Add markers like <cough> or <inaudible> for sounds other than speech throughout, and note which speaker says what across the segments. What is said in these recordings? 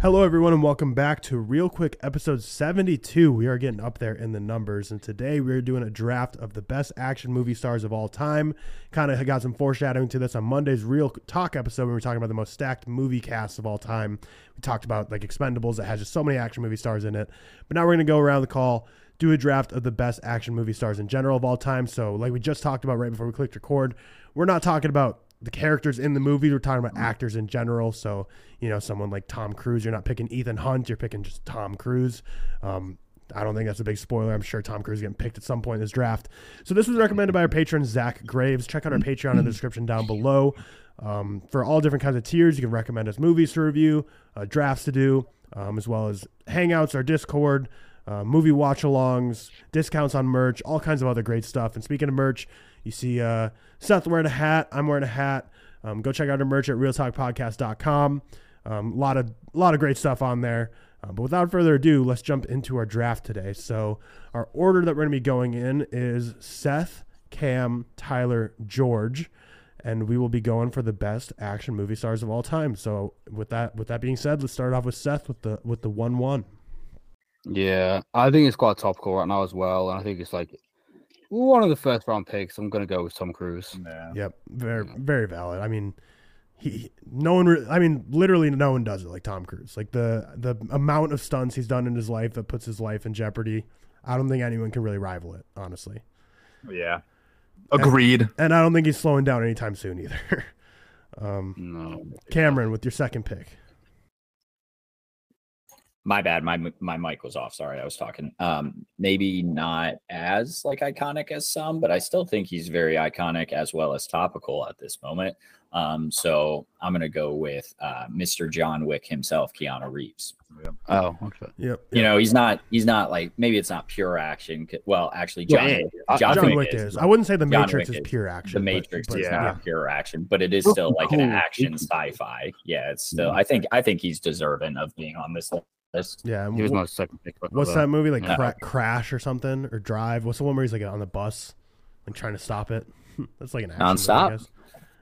Speaker 1: Hello, everyone, and welcome back to Real Quick episode 72. We are getting up there in the numbers, and today we're doing a draft of the best action movie stars of all time. Kind of got some foreshadowing to this on Monday's Real Talk episode when we were talking about the most stacked movie casts of all time. We talked about like Expendables that has just so many action movie stars in it. But now we're going to go around the call, do a draft of the best action movie stars in general of all time. So, like we just talked about right before we clicked record, we're not talking about the characters in the movies. We're talking about actors in general. So, you know, someone like Tom Cruise, you're not picking Ethan Hunt, you're picking just Tom Cruise. Um, I don't think that's a big spoiler. I'm sure Tom Cruise is getting picked at some point in this draft. So, this was recommended by our patron, Zach Graves. Check out our Patreon in the description down below. Um, for all different kinds of tiers, you can recommend us movies to review, uh, drafts to do, um, as well as Hangouts, our Discord, uh, movie watch alongs, discounts on merch, all kinds of other great stuff. And speaking of merch, you see uh, Seth wearing a hat. I'm wearing a hat. Um, go check out our merch at realtalkpodcast.com. A um, lot of lot of great stuff on there. Uh, but without further ado, let's jump into our draft today. So our order that we're going to be going in is Seth, Cam, Tyler, George, and we will be going for the best action movie stars of all time. So with that with that being said, let's start off with Seth with the with the one one.
Speaker 2: Yeah, I think it's quite topical right now as well, and I think it's like one of the first round picks. I'm gonna go with Tom Cruise.
Speaker 3: Yeah.
Speaker 1: Yep, very very valid. I mean, he no one. Re- I mean, literally no one does it like Tom Cruise. Like the the amount of stunts he's done in his life that puts his life in jeopardy. I don't think anyone can really rival it, honestly.
Speaker 3: Yeah. Agreed.
Speaker 1: And I don't think he's slowing down anytime soon either. <laughs> um,
Speaker 2: No,
Speaker 1: Cameron, with your second pick.
Speaker 4: my bad my my mic was off sorry i was talking um maybe not as like iconic as some but i still think he's very iconic as well as topical at this moment um so i'm gonna go with uh mr john wick himself keanu reeves
Speaker 2: oh, okay.
Speaker 1: Yep.
Speaker 4: you know he's not he's not like maybe it's not pure action c- well actually
Speaker 2: Yeah,
Speaker 4: john,
Speaker 2: yeah,
Speaker 4: Wick- John,
Speaker 1: John
Speaker 4: Wick is,
Speaker 1: I wouldn't say The
Speaker 4: John
Speaker 1: Matrix
Speaker 4: Wick
Speaker 1: is
Speaker 4: is.
Speaker 1: pure action.
Speaker 4: the
Speaker 1: but-
Speaker 4: matrix
Speaker 1: but
Speaker 4: is
Speaker 1: yeah.
Speaker 4: not pure action but it is still like an
Speaker 2: Cool.
Speaker 4: action sci-fi yeah it's still i think i think he's deserving of being on this list
Speaker 1: Yeah. and
Speaker 2: He was
Speaker 1: wh-
Speaker 2: my second pick. but
Speaker 1: What's
Speaker 2: whatever.
Speaker 1: that movie like?
Speaker 2: Yeah.
Speaker 1: Cra- Crash or something or Drive? What's the one where he's like on the bus, like trying to stop it? <laughs> that's like an action movie, I
Speaker 4: Nonstop?
Speaker 1: guess.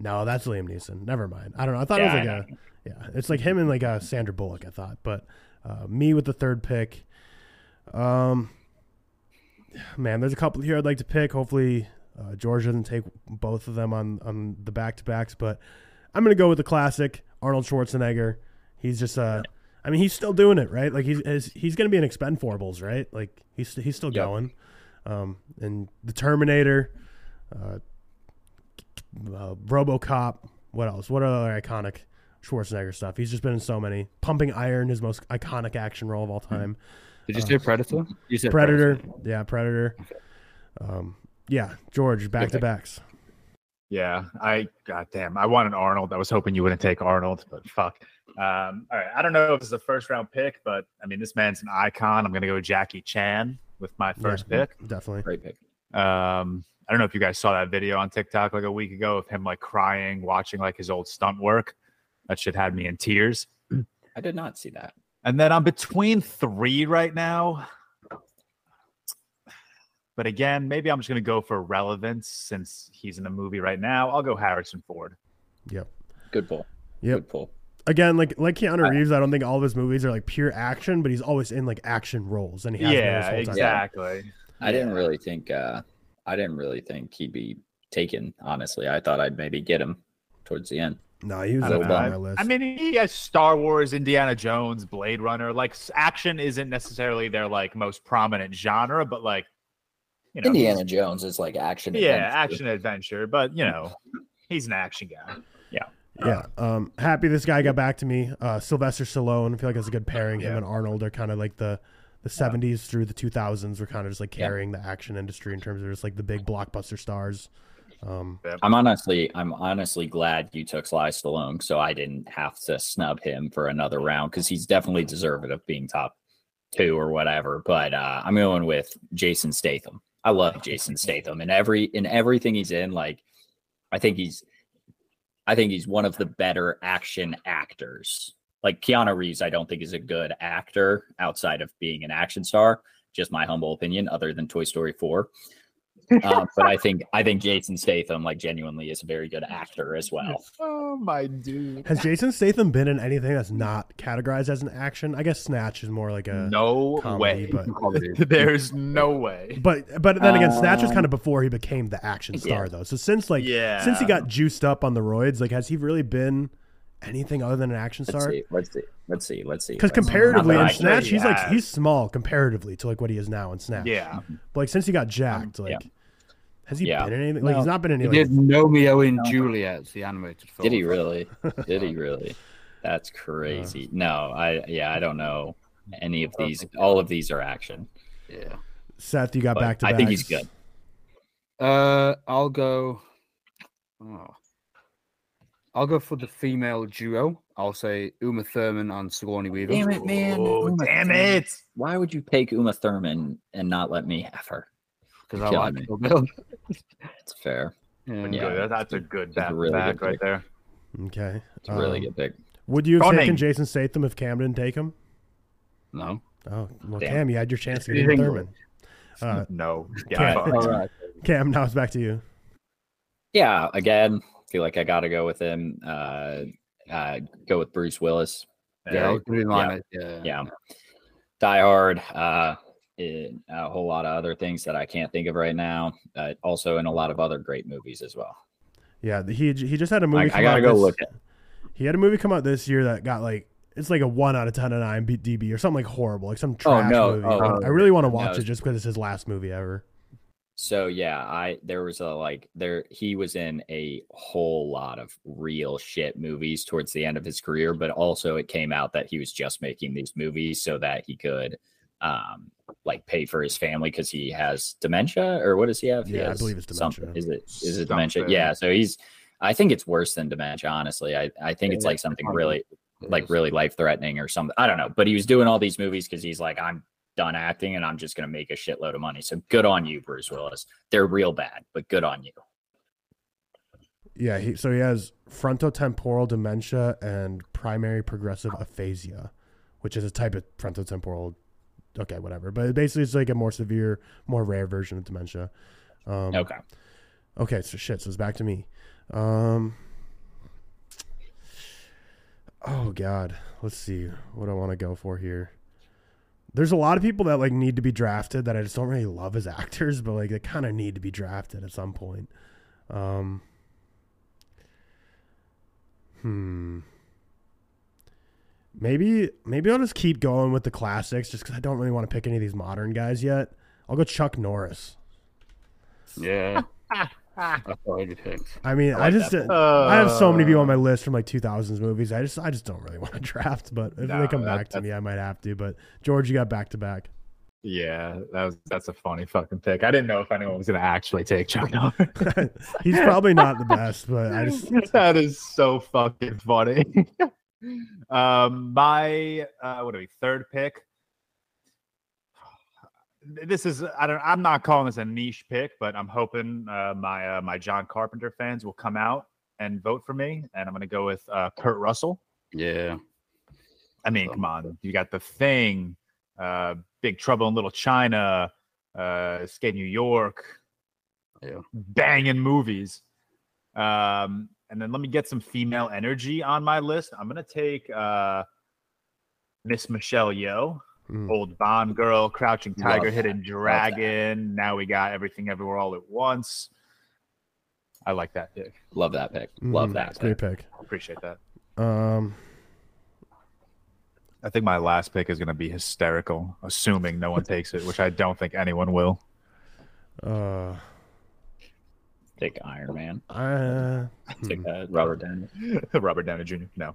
Speaker 1: No, that's Liam Neeson. Never mind. I don't know. I thought
Speaker 4: Yeah,
Speaker 1: it was
Speaker 4: I
Speaker 1: like a yeah. It's like him and like a Sandra Bullock. I thought, but uh, me with the third pick. Um, man, there's a couple here I'd like to pick. Hopefully, uh, George doesn't take both of them on on the back to backs, but I'm gonna go with the classic Arnold Schwarzenegger. He's just uh, I mean, he's still doing it, right? Like he's is, he's gonna be in Expendables, right? Like he's he's still
Speaker 4: Yep.
Speaker 1: going. Um, and the Terminator, uh, uh, RoboCop. What else? What other iconic Schwarzenegger stuff? He's just been in so many. Pumping Iron, his most iconic action role of all
Speaker 3: Hmm.
Speaker 1: time.
Speaker 2: Did you say Predator? You said
Speaker 1: Predator, yeah, Predator. Um, yeah, George, back to backs.
Speaker 3: Yeah. I goddamn. I wanted Arnold. I was hoping you wouldn't take Arnold, but fuck. Um, all right. I don't know if it's a first round pick, but I mean this man's an icon. I'm gonna go Jackie Chan with my first
Speaker 1: Yeah,
Speaker 3: pick.
Speaker 1: definitely.
Speaker 4: great pick
Speaker 3: Um, I don't know if you guys saw that video on TikTok like a week ago of him like crying, watching like his old stunt work. That shit had me in tears.
Speaker 4: i did not see that
Speaker 3: And then I'm between three right now. But again, maybe I'm just going to go for relevance since he's in the movie right now. I'll go Harrison Ford.
Speaker 4: good pull
Speaker 1: Yep.
Speaker 4: good pull
Speaker 1: Again, like like Keanu
Speaker 4: I-
Speaker 1: Reeves, I don't think all of his movies are like pure action, but he's always in like action roles, and he has been this
Speaker 3: yeah,
Speaker 1: whole time.
Speaker 3: exactly.
Speaker 4: I didn't really think uh I didn't really think he'd be taken, honestly. I thought I'd maybe get him towards the end.
Speaker 1: No, he was
Speaker 3: I,
Speaker 1: up
Speaker 3: don't
Speaker 1: on
Speaker 3: know.
Speaker 1: my
Speaker 3: I-
Speaker 1: list.
Speaker 3: I mean, he has Star Wars, Indiana Jones, Blade Runner. Like, s- action isn't necessarily their like most prominent genre, but like, you know,
Speaker 4: Indiana Jones is like action.
Speaker 3: yeah,
Speaker 4: adventure.
Speaker 3: action adventure. But you know, he's an action guy.
Speaker 1: yeah. Um, happy this guy got back to me. Uh, Sylvester Stallone, I feel like that's a good pairing. Him
Speaker 3: Yeah.
Speaker 1: and Arnold are kind of like the the seventies through the two thousands were kind of just like carrying the action industry in terms of just like the big blockbuster stars. Um,
Speaker 4: I'm honestly I'm honestly glad you took Sly Stallone so I didn't have to snub him for another round because he's definitely deserving of being top two or whatever. But uh I'm going with Jason Statham. I love Jason Statham and every in everything he's in, like I think he's I think he's one of the better action actors. Like Keanu Reeves, I don't think is a good actor outside of being an action star. Just my humble opinion, other than Toy Story 4. um, but I think I think Jason Statham like genuinely is a very good actor as well.
Speaker 3: Oh my dude.
Speaker 1: Has Jason Statham been in anything that's not categorized as an action? I guess Snatch is more like a.
Speaker 3: No
Speaker 1: comedy,
Speaker 3: way.
Speaker 1: but-
Speaker 3: <laughs>
Speaker 2: Comedy.
Speaker 1: <laughs>
Speaker 3: There's no way.
Speaker 1: But but then again, Snatch was
Speaker 4: Um,
Speaker 1: kind of before he became the action star
Speaker 4: yeah.
Speaker 1: though. So since like
Speaker 3: yeah.
Speaker 1: since he got juiced up on the roids, like has he really been anything other than an action
Speaker 4: Let's
Speaker 1: star?
Speaker 4: see. Let's see. Let's see. Let's see.
Speaker 1: Because
Speaker 4: let's see.
Speaker 1: comparatively
Speaker 4: Not
Speaker 1: in
Speaker 4: that I can-
Speaker 1: Snatch, he's like
Speaker 3: Yeah.
Speaker 1: he's small comparatively to like what he is now in Snatch.
Speaker 3: Yeah.
Speaker 1: But like since he got jacked, like has he
Speaker 4: Yeah.
Speaker 1: been in anything? Like
Speaker 4: No.
Speaker 1: he's not been in
Speaker 2: He
Speaker 1: anything.
Speaker 2: did Romeo and Juliet, the animated film.
Speaker 4: Did he really?
Speaker 1: <laughs>
Speaker 4: Did he really? That's crazy. No, I yeah, I don't know any of these. All of these are action.
Speaker 2: Yeah.
Speaker 1: Seth, you got
Speaker 4: But
Speaker 1: back to.
Speaker 4: I think he's good.
Speaker 2: Uh, I'll go. Oh. I'll go for the female duo. I'll say Uma Thurman and Sigourney Weaver.
Speaker 4: Damn it, man.
Speaker 3: Oh,
Speaker 4: Uma
Speaker 3: damn
Speaker 4: Thurman.
Speaker 3: it.
Speaker 4: Why would you take Uma Thurman and not let me have her?
Speaker 2: Because I
Speaker 4: Kill
Speaker 2: like
Speaker 4: me.
Speaker 2: Kill Bill.
Speaker 4: It's fair.
Speaker 2: Yeah.
Speaker 4: Yeah.
Speaker 3: Good. That's a good back,
Speaker 4: really
Speaker 3: back
Speaker 4: good
Speaker 3: right there.
Speaker 1: Okay.
Speaker 4: It's a really
Speaker 1: Um,
Speaker 4: good pick.
Speaker 1: Would you have
Speaker 3: Conning.
Speaker 1: taken Jason Statham if Cam didn't take him?
Speaker 2: No.
Speaker 1: Oh well,
Speaker 4: Damn.
Speaker 1: Cam, you had your chance to
Speaker 2: You
Speaker 1: get
Speaker 2: think-
Speaker 1: Thurman. Uh,
Speaker 3: No.
Speaker 1: Okay.
Speaker 3: Yeah. fuck.
Speaker 2: All right.
Speaker 1: Cam, now it's back to you.
Speaker 4: Yeah, again, feel like I got to go with him. Uh, uh, go with Bruce Willis.
Speaker 2: Uh, Yeah. I'll
Speaker 3: Yeah.
Speaker 2: give you mine, Yeah.
Speaker 4: Yeah, Die Hard. Uh, in a whole lot of other things that I can't think of right now. Uh, also, in a lot of other great movies as well.
Speaker 1: Yeah, he he just had a movie.
Speaker 4: I,
Speaker 1: come
Speaker 4: I gotta
Speaker 1: out
Speaker 4: go
Speaker 1: this-
Speaker 4: look at.
Speaker 1: He had a movie come out this year that got like it's like a one out of ten on IMDb or something like horrible, like some trash
Speaker 4: no.
Speaker 1: movie.
Speaker 4: Oh,
Speaker 1: I really want to watch
Speaker 4: it's-
Speaker 1: it just because it's his last movie ever.
Speaker 4: So yeah, I there was a like there he was in a whole lot of real shit movies towards the end of his career, but also it came out that he was just making these movies so that he could um like pay for his family because he has dementia or what does he have? He
Speaker 1: Yeah, I
Speaker 4: has
Speaker 1: believe it's
Speaker 4: something-
Speaker 1: dementia.
Speaker 4: Is it is it dementia?
Speaker 3: Something.
Speaker 4: Yeah, so he's I think it's worse than dementia, honestly. I, I think it's like something really like really life threatening or something. I don't know, but he was doing all these movies because he's like, I'm done acting and I'm just gonna make a shitload of money. So good on you, Bruce Willis. They're real bad, but good on you.
Speaker 1: Yeah, he, so he has frontotemporal dementia and primary progressive aphasia, which is a type of frontotemporal. Okay, whatever. But basically, it's like a more severe, more rare version of dementia. Um,
Speaker 4: Okay.
Speaker 1: Okay, so shit. So it's back to me. Um. Oh God, let's see what I want to go for here. There's a lot of people that like need to be drafted that I just don't really love as <laughs> actors, but like they kind of need to be drafted at some point. Um. Hmm. Maybe maybe I'll just keep going with the classics just because I don't really want to pick any of these modern guys yet. I'll go Chuck Norris.
Speaker 2: <laughs> Yeah. That's what I picked.
Speaker 1: I mean,
Speaker 4: I
Speaker 1: I
Speaker 4: like
Speaker 1: just uh,
Speaker 4: that.
Speaker 1: I have so many people
Speaker 4: Uh,
Speaker 1: on my list from like 2000s movies. I just I just don't really <laughs> want to draft, but if they
Speaker 3: No,
Speaker 1: come
Speaker 3: that-
Speaker 1: back to me, I might have to. But George, you got back to
Speaker 4: <laughs>
Speaker 1: back. <laughs>
Speaker 3: Yeah, that was that's a funny fucking pick. I didn't know if anyone was gonna actually take Chuck Norris.
Speaker 1: He's probably not the best, but I
Speaker 4: <laughs>
Speaker 1: just
Speaker 3: <laughs> that is so
Speaker 1: <laughs>
Speaker 3: fucking funny. um, my uh, what are we third pick? This is I don't I'm not calling this a niche pick, but I'm hoping uh, my uh, my John Carpenter fans will come out and vote for me, and I'm gonna go with uh, Kurt Russell.
Speaker 2: Yeah.
Speaker 3: I mean, come on. You got the thing, uh, Big Trouble in Little China, uh, Escape New York,
Speaker 2: Yeah.
Speaker 3: banging movies. Um, and then let me get some female energy on my list. I'm gonna take uh, Miss Michelle Yeoh,
Speaker 1: Mm.
Speaker 3: old Bond girl, Crouching
Speaker 2: Hmm. Love
Speaker 3: Tiger,
Speaker 2: that.
Speaker 3: Hidden Dragon. Now we got Everything Everywhere All at Once. I like that pick.
Speaker 4: Love that pick. Love
Speaker 1: Mhm.
Speaker 4: that
Speaker 1: great
Speaker 4: pick.
Speaker 1: pick.
Speaker 3: Appreciate that.
Speaker 1: Um,
Speaker 3: I think my last pick is going to be hysterical, assuming no one takes it, which I don't think anyone will. <laughs>
Speaker 1: uh,
Speaker 4: Take Iron Man.
Speaker 1: I,
Speaker 4: Take uh, Robert Downey.
Speaker 3: Robert Downey Jr. No.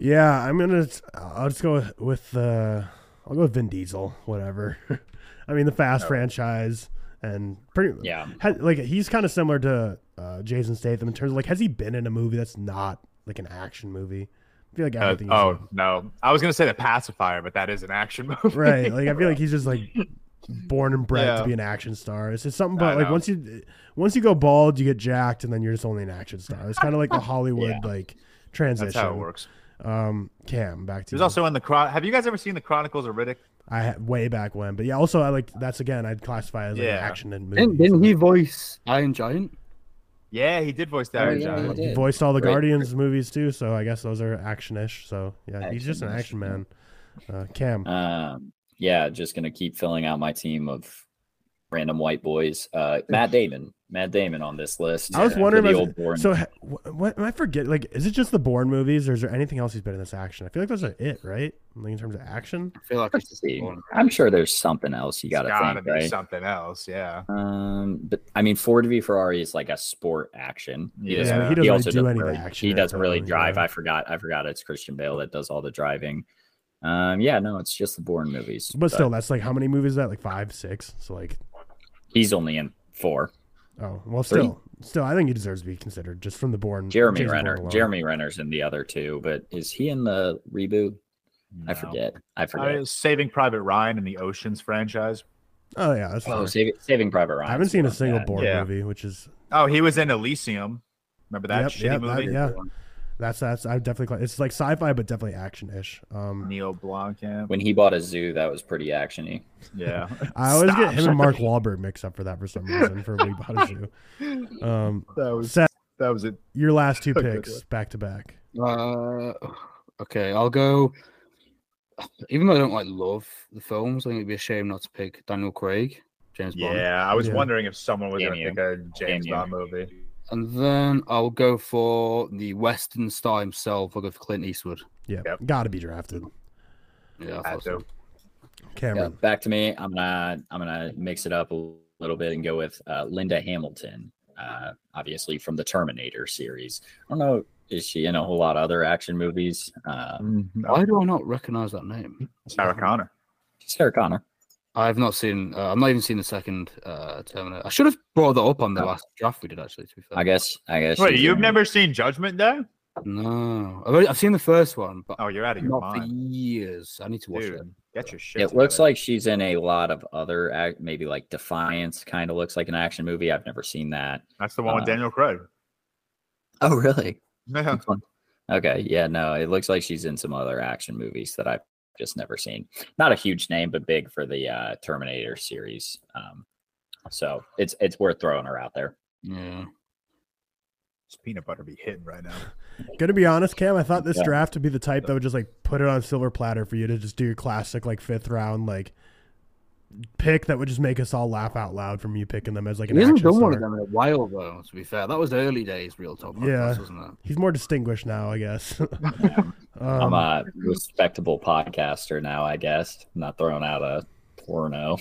Speaker 1: yeah, I'm gonna. I'll just go with, with uh, I'll go with Vin Diesel. Whatever. <laughs> I mean, the Fast franchise and pretty
Speaker 4: Yeah.
Speaker 1: ha- like he's kind of similar to uh, Jason Statham in terms of like has he been in a movie that's not like an action movie? I feel like
Speaker 3: Uh,
Speaker 1: everything. he's
Speaker 3: oh, no. I was going to say The Pacifier, but that is an action <laughs> movie.
Speaker 1: in- right. Like I feel like he's just like born and bred to
Speaker 3: Yeah.
Speaker 1: be an action star. It's just something
Speaker 3: I
Speaker 1: about like
Speaker 3: know.
Speaker 1: once you once you go bald, you get jacked, and then you're just only an action star. It's kind of like
Speaker 3: <laughs>
Speaker 1: the Hollywood
Speaker 4: Yeah.
Speaker 1: like transition.
Speaker 3: That's how it works.
Speaker 1: Um, Cam, back to
Speaker 3: He was
Speaker 1: you.
Speaker 3: also in the Chron. Have you guys ever seen The Chronicles of Riddick?
Speaker 1: I had way back when, but yeah. Also, I like that's again. I'd classify as like,
Speaker 3: Yeah.
Speaker 1: action and movies.
Speaker 2: Didn't, didn't he voice Iron Giant?
Speaker 3: Yeah, he did voice the
Speaker 4: Oh,
Speaker 3: Iron
Speaker 4: yeah,
Speaker 3: Giant.
Speaker 4: he
Speaker 1: He
Speaker 4: did.
Speaker 1: voiced all the
Speaker 4: Right.
Speaker 1: Guardians movies too, so I guess those are action-ish. So yeah, he's just an
Speaker 4: Action-ish,
Speaker 1: action
Speaker 4: yeah.
Speaker 1: man. Uh, Cam,
Speaker 4: Um, yeah, just gonna keep filling out my team of random white boys. Uh, Matt Damon, Matt Damon on this list.
Speaker 1: I was
Speaker 4: for
Speaker 1: wondering
Speaker 4: the
Speaker 1: if-
Speaker 4: old born.
Speaker 1: so ha- wh- what am I forget? Like, is it just the Bourne movies, or is there anything else he's been in this action? I feel like those are it, right? Like in terms of action.
Speaker 2: I feel like
Speaker 4: Let's
Speaker 2: it's just
Speaker 4: see.
Speaker 2: one.
Speaker 4: I'm sure there's something else you
Speaker 3: It's
Speaker 4: gotta
Speaker 3: gotta
Speaker 4: think,
Speaker 3: be
Speaker 4: right?
Speaker 3: something else. Yeah.
Speaker 4: Um, but I mean, Ford v Ferrari is like a sport action.
Speaker 3: Yeah.
Speaker 4: doesn't-
Speaker 3: Yeah, he
Speaker 1: doesn't really do
Speaker 4: doesn't
Speaker 1: any of the
Speaker 4: really-
Speaker 1: action
Speaker 4: He
Speaker 1: or
Speaker 4: doesn't really
Speaker 1: films,
Speaker 4: drive.
Speaker 1: yeah.
Speaker 4: I forgot. I forgot it's Christian Bale that does all the driving. Um, yeah, no, it's just the Bourne movies.
Speaker 1: But still, that's like how many movies is that? Like five, six. So like,
Speaker 4: he's only in four.
Speaker 1: oh well,
Speaker 4: Three.
Speaker 1: still, still, I think he deserves to be considered just from the Bourne.
Speaker 4: Jeremy
Speaker 1: Jason Bourne
Speaker 4: Renner.
Speaker 1: alone.
Speaker 4: Jeremy Renner's in the other two, but is he in the reboot? I
Speaker 3: No.
Speaker 4: forget. I
Speaker 3: I
Speaker 4: forget.
Speaker 3: mean, Saving Private Ryan in the Oceans franchise.
Speaker 1: Oh yeah, that's
Speaker 4: oh,
Speaker 1: fair.
Speaker 4: Saving, Saving Private Ryan.
Speaker 1: I haven't seen a single
Speaker 4: bad.
Speaker 1: Bourne
Speaker 3: Yeah.
Speaker 1: movie, which is
Speaker 3: Oh, he was in Elysium. Remember that
Speaker 1: Yep,
Speaker 3: shitty
Speaker 1: yep, that-
Speaker 3: movie?
Speaker 1: yeah. that's that's I definitely cla- it's like sci-fi, but definitely action-ish. Um,
Speaker 3: Neil Blomkamp.
Speaker 4: When he bought a zoo, that was pretty actiony.
Speaker 3: Yeah. <laughs>
Speaker 1: I always
Speaker 3: Stop,
Speaker 1: get him
Speaker 3: shut
Speaker 1: and
Speaker 3: the-
Speaker 1: Mark Wahlberg mixed up for that for some reason for We Bought a Zoo. Um,
Speaker 3: That was
Speaker 1: Seth,
Speaker 3: that was it.
Speaker 1: your last two
Speaker 3: a good
Speaker 1: picks
Speaker 3: one.
Speaker 1: back to back.
Speaker 2: Uh, okay, I'll go. Even though I don't like love the films, I think it'd be a shame not to pick Daniel Craig, James Bond.
Speaker 3: Yeah, I was
Speaker 1: Yeah.
Speaker 3: wondering if someone was
Speaker 4: Damn
Speaker 3: going to
Speaker 4: you.
Speaker 3: pick a James
Speaker 4: you.
Speaker 3: Bond movie.
Speaker 2: And then I'll go for the Western star himself. I'll go for Clint Eastwood.
Speaker 1: Yeah,
Speaker 3: Yep.
Speaker 1: got to be drafted.
Speaker 2: Yeah, I
Speaker 3: Had
Speaker 2: thought so.
Speaker 3: to.
Speaker 4: Yeah,
Speaker 1: Cameron,
Speaker 4: back to me. I'm gonna I'm gonna mix it up a little bit and go with uh, Linda Hamilton, uh, obviously from the Terminator series. I don't know is she in a whole lot of other action movies? Uh,
Speaker 1: Mm-hmm.
Speaker 2: Why do I not recognize that name?
Speaker 3: Sarah Connor.
Speaker 4: Sarah Connor.
Speaker 2: I have not seen. Uh, I've not even seen the second uh, Terminator. I should have brought that up on the
Speaker 4: Oh.
Speaker 2: last draft we did, actually. To be fair,
Speaker 4: I guess. I guess.
Speaker 3: Wait,
Speaker 4: she's
Speaker 3: you've
Speaker 4: in-
Speaker 3: never seen Judgment Day?
Speaker 2: no. I've, only- I've seen the first one, but
Speaker 3: Oh, you're out of your
Speaker 2: not for
Speaker 3: mind.
Speaker 2: years. I need to watch it.
Speaker 3: Dude, get your shit.
Speaker 4: It looks
Speaker 3: together.
Speaker 4: like she's in a lot of other, ac- maybe like Defiance. Kind of looks like an action movie. I've never seen that.
Speaker 3: that's the one with
Speaker 4: uh,
Speaker 3: Daniel Craig. <laughs>
Speaker 4: Oh, really?
Speaker 3: Yeah.
Speaker 4: Okay. Yeah. No, it looks like she's in some other action movies that I've just never seen. Not a huge name, but big for the uh, Terminator series. Um, so it's it's worth throwing her out there.
Speaker 2: Yeah.
Speaker 3: This peanut butter be hitting
Speaker 1: <laughs>
Speaker 3: right now.
Speaker 1: gonna be honest, Cam, I thought this
Speaker 4: Yeah.
Speaker 1: draft would be the type that would just like put it on a silver platter for you to just do your classic like fifth round like pick that would just make us all laugh out loud from you picking them as like an
Speaker 2: We haven't
Speaker 1: action
Speaker 2: done one of
Speaker 1: star.
Speaker 2: them in a while, though. To be fair, that was the early days, real top.
Speaker 1: Yeah.
Speaker 2: Podcast, wasn't it?
Speaker 1: He's more distinguished now, I guess. <laughs>
Speaker 4: I'm uh,
Speaker 1: um,
Speaker 4: a respectable podcaster now, I guess. I'm not throwing out a porno,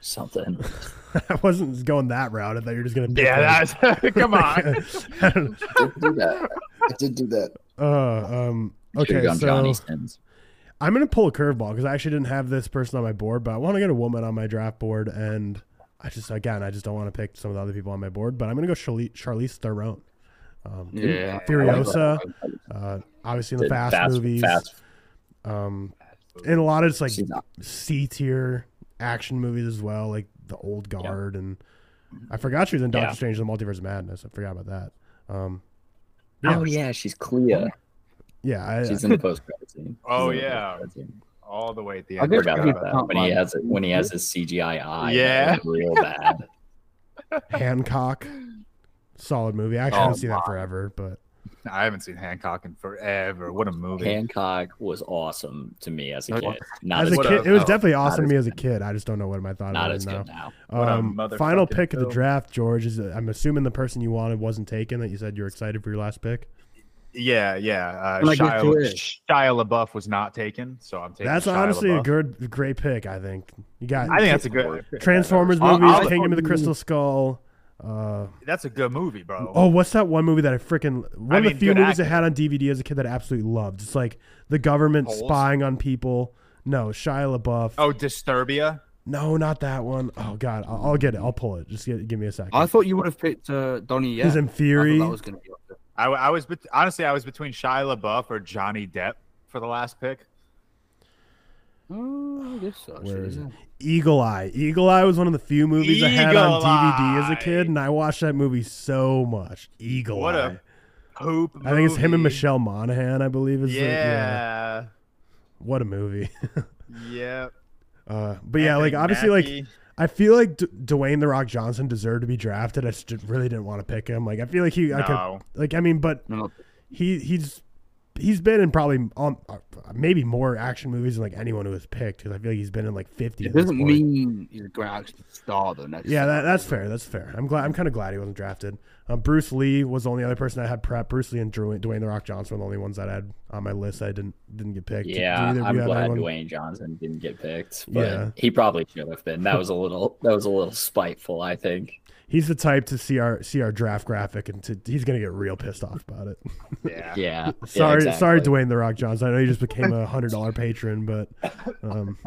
Speaker 4: something.
Speaker 1: <laughs> I wasn't going that route. I thought you were just gonna. pick
Speaker 3: yeah,
Speaker 1: one.
Speaker 3: that's <laughs> come on.
Speaker 1: <laughs> I don't know.
Speaker 4: did do that. I did do that.
Speaker 1: Uh, um, okay,
Speaker 4: Should've gone
Speaker 1: so
Speaker 4: Johnny Sins.
Speaker 1: I'm gonna pull a curveball because I actually didn't have this person on my board, but I want to get a woman on my draft board, and I just again I just don't want to pick some of the other people on my board, but I'm gonna go Charlize, Charlize Theron. Um,
Speaker 2: Yeah.
Speaker 1: Furiosa, uh, obviously in the
Speaker 4: Did
Speaker 1: Fast, movies, um, and a lot of just like
Speaker 4: she's not-
Speaker 1: C tier action movies as well, like the Old Guard, and I forgot she was in Doctor
Speaker 4: Yeah.
Speaker 1: Strange: and The Multiverse of Madness. I forgot about that. Um,
Speaker 4: Oh yeah, she's Clea.
Speaker 1: yeah, I,
Speaker 4: She's
Speaker 1: <laughs>
Speaker 4: in the post credit scene.
Speaker 3: Oh,
Speaker 4: She's in the
Speaker 3: yeah.
Speaker 4: post-credit scene.
Speaker 3: All the way at the
Speaker 2: I
Speaker 3: end.
Speaker 4: I
Speaker 2: guess
Speaker 4: forgot
Speaker 2: we
Speaker 4: about that.
Speaker 2: can't
Speaker 4: When he
Speaker 2: mind.
Speaker 4: has it, when he has his CGI eye, that
Speaker 3: Yeah.
Speaker 4: was real bad.
Speaker 1: uh, Hancock, solid movie. I actually
Speaker 3: Oh,
Speaker 1: haven't seen that forever, but
Speaker 3: I haven't seen Hancock in forever. What a movie.
Speaker 4: Hancock was awesome to me as a
Speaker 2: Okay.
Speaker 4: kid. Not
Speaker 1: as
Speaker 4: as
Speaker 1: a
Speaker 3: what
Speaker 1: kid,
Speaker 3: a-
Speaker 1: it was
Speaker 3: oh,
Speaker 1: definitely awesome to
Speaker 4: as
Speaker 1: me as a kid. I just don't know what my thought
Speaker 4: not
Speaker 1: about it
Speaker 4: as
Speaker 1: now.
Speaker 4: good now.
Speaker 3: What a
Speaker 1: Um, final
Speaker 3: motherfucking
Speaker 1: pick of the
Speaker 3: film.
Speaker 1: draft, George is. I'm assuming the person you wanted wasn't taken. That you said you were excited for your last pick.
Speaker 3: Yeah, yeah. Uh,
Speaker 2: Like,
Speaker 3: Shia,
Speaker 2: it's-
Speaker 3: Shia LaBeouf was not taken, so I'm taking.
Speaker 1: That's
Speaker 3: Shia
Speaker 1: honestly
Speaker 3: LaBeouf.
Speaker 1: a good, great pick. I think you got
Speaker 3: I think that's a good.
Speaker 1: Transformers
Speaker 3: I'll-
Speaker 1: movies,
Speaker 3: I'll- Mm.
Speaker 1: Kingdom of the Crystal Skull. Uh,
Speaker 3: That's a good movie, bro.
Speaker 1: oh, what's that one movie that I freaking one
Speaker 3: I
Speaker 1: of the
Speaker 3: mean,
Speaker 1: few
Speaker 3: good
Speaker 1: movies I
Speaker 3: acting.
Speaker 1: had on DVD as a kid that I absolutely loved. It's like the government
Speaker 3: Holes?
Speaker 1: spying on people. No, Shia LaBeouf.
Speaker 3: Oh, Disturbia.
Speaker 1: No, not that one. Oh God, I'll, I'll get it. I'll pull it. Just give, give me a second.
Speaker 2: I thought you would have picked uh, Donnie Yen.
Speaker 1: He's in Fury.
Speaker 2: I thought that was going to be. up there.
Speaker 3: I, w- I was bet- honestly I was between Shia LaBeouf or Johnny Depp for the last pick.
Speaker 2: Oh, I guess so. actually,
Speaker 1: Where is
Speaker 2: yeah.
Speaker 1: it? Eagle Eye. Eagle Eye was one of the few movies I had on
Speaker 3: Eagle
Speaker 1: DVD as a
Speaker 3: Eye.
Speaker 1: kid, and I watched that movie so much. Eagle
Speaker 3: What a
Speaker 1: Eye.
Speaker 3: Hoop.
Speaker 1: I think it's him and
Speaker 3: movie.
Speaker 1: Michelle Monaghan. I believe is the-
Speaker 3: Yeah.
Speaker 1: What a movie.
Speaker 3: yeah.
Speaker 1: <laughs> Uh, but yeah, like obviously, like I feel like D- Dwayne the Rock Johnson deserved to be drafted. I just really didn't want to pick him. Like I feel like he, I could,
Speaker 3: no,
Speaker 1: like I mean, but
Speaker 2: No,
Speaker 1: he he's he's been in probably um, uh, maybe more action movies than like anyone who was picked because I feel like he's been in like fifty.
Speaker 2: it
Speaker 1: at this
Speaker 2: doesn't
Speaker 1: point.
Speaker 2: mean he's a great action star though. Next
Speaker 1: Yeah, that,
Speaker 2: season.
Speaker 1: that's fair. That's fair. I'm glad. I'm kind of glad he wasn't drafted. Um, Bruce Lee was the only other person I had prep. Bruce Lee and Drew, Dwayne the Rock Johnson were the only ones that I had on my list. I didn't didn't get picked. Did either
Speaker 4: Yeah,
Speaker 1: of you
Speaker 4: I'm
Speaker 1: have
Speaker 4: glad
Speaker 1: anyone?
Speaker 4: Dwayne Johnson didn't get picked, but
Speaker 1: Yeah.
Speaker 4: he probably should have been. That was a little that was a little spiteful, I think.
Speaker 1: He's the type to see our see our draft graphic and to, he's gonna get real pissed off about it.
Speaker 3: yeah.
Speaker 4: Yeah. yeah,
Speaker 1: Sorry, sorry,
Speaker 4: exactly.
Speaker 1: Dwayne the Rock Johnson. I know you just became a hundred dollar patron, but um,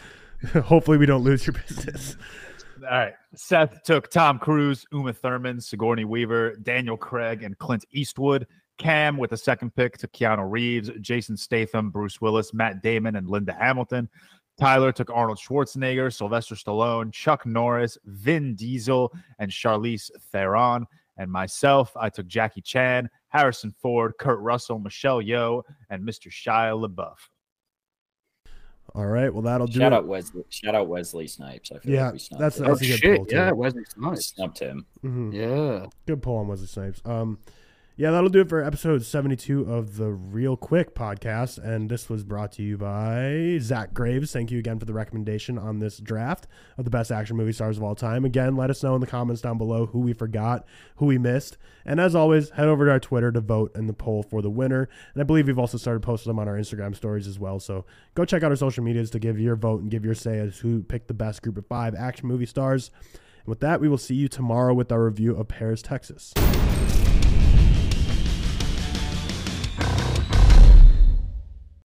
Speaker 1: <laughs> hopefully we don't lose your business.
Speaker 3: All right. Seth took Tom Cruise, Uma Thurman, Sigourney Weaver, Daniel Craig, and Clint Eastwood. Cam with the second pick to Keanu Reeves, Jason Statham, Bruce Willis, Matt Damon, and Linda Hamilton. Tyler took Arnold Schwarzenegger, Sylvester Stallone, Chuck Norris, Vin Diesel, and Charlize Theron. And myself, I took Jackie Chan, Harrison Ford, Kurt Russell, Michelle Yeoh, and Mr. Shia LaBeouf.
Speaker 1: All right, well that'll do
Speaker 4: Shout
Speaker 1: it.
Speaker 4: out Wesley shout out Wesley Snipes. I feel
Speaker 1: Yeah,
Speaker 4: like we snubbed
Speaker 1: that's
Speaker 4: him.
Speaker 2: Oh
Speaker 1: a good
Speaker 2: shit!
Speaker 1: pull, too.
Speaker 2: Yeah, Wesley Snipes.
Speaker 4: snubbed him.
Speaker 1: Mhm.
Speaker 2: Yeah.
Speaker 1: Good pull on Wesley Snipes. Um, yeah, that'll do it for episode 72 of the Real Quick podcast. And this was brought to you by Zach Graves. Thank you again for the recommendation on this draft of the best action movie stars of all time. Again, let us know in the comments down below who we forgot, who we missed. And as always, head over to our Twitter to vote in the poll for the winner. And I believe we've also started posting them on our Instagram stories as well. So go check out our social medias to give your vote and give your say as who picked the best group of five action movie stars. And with that, we will see you tomorrow with our review of Paris, Texas.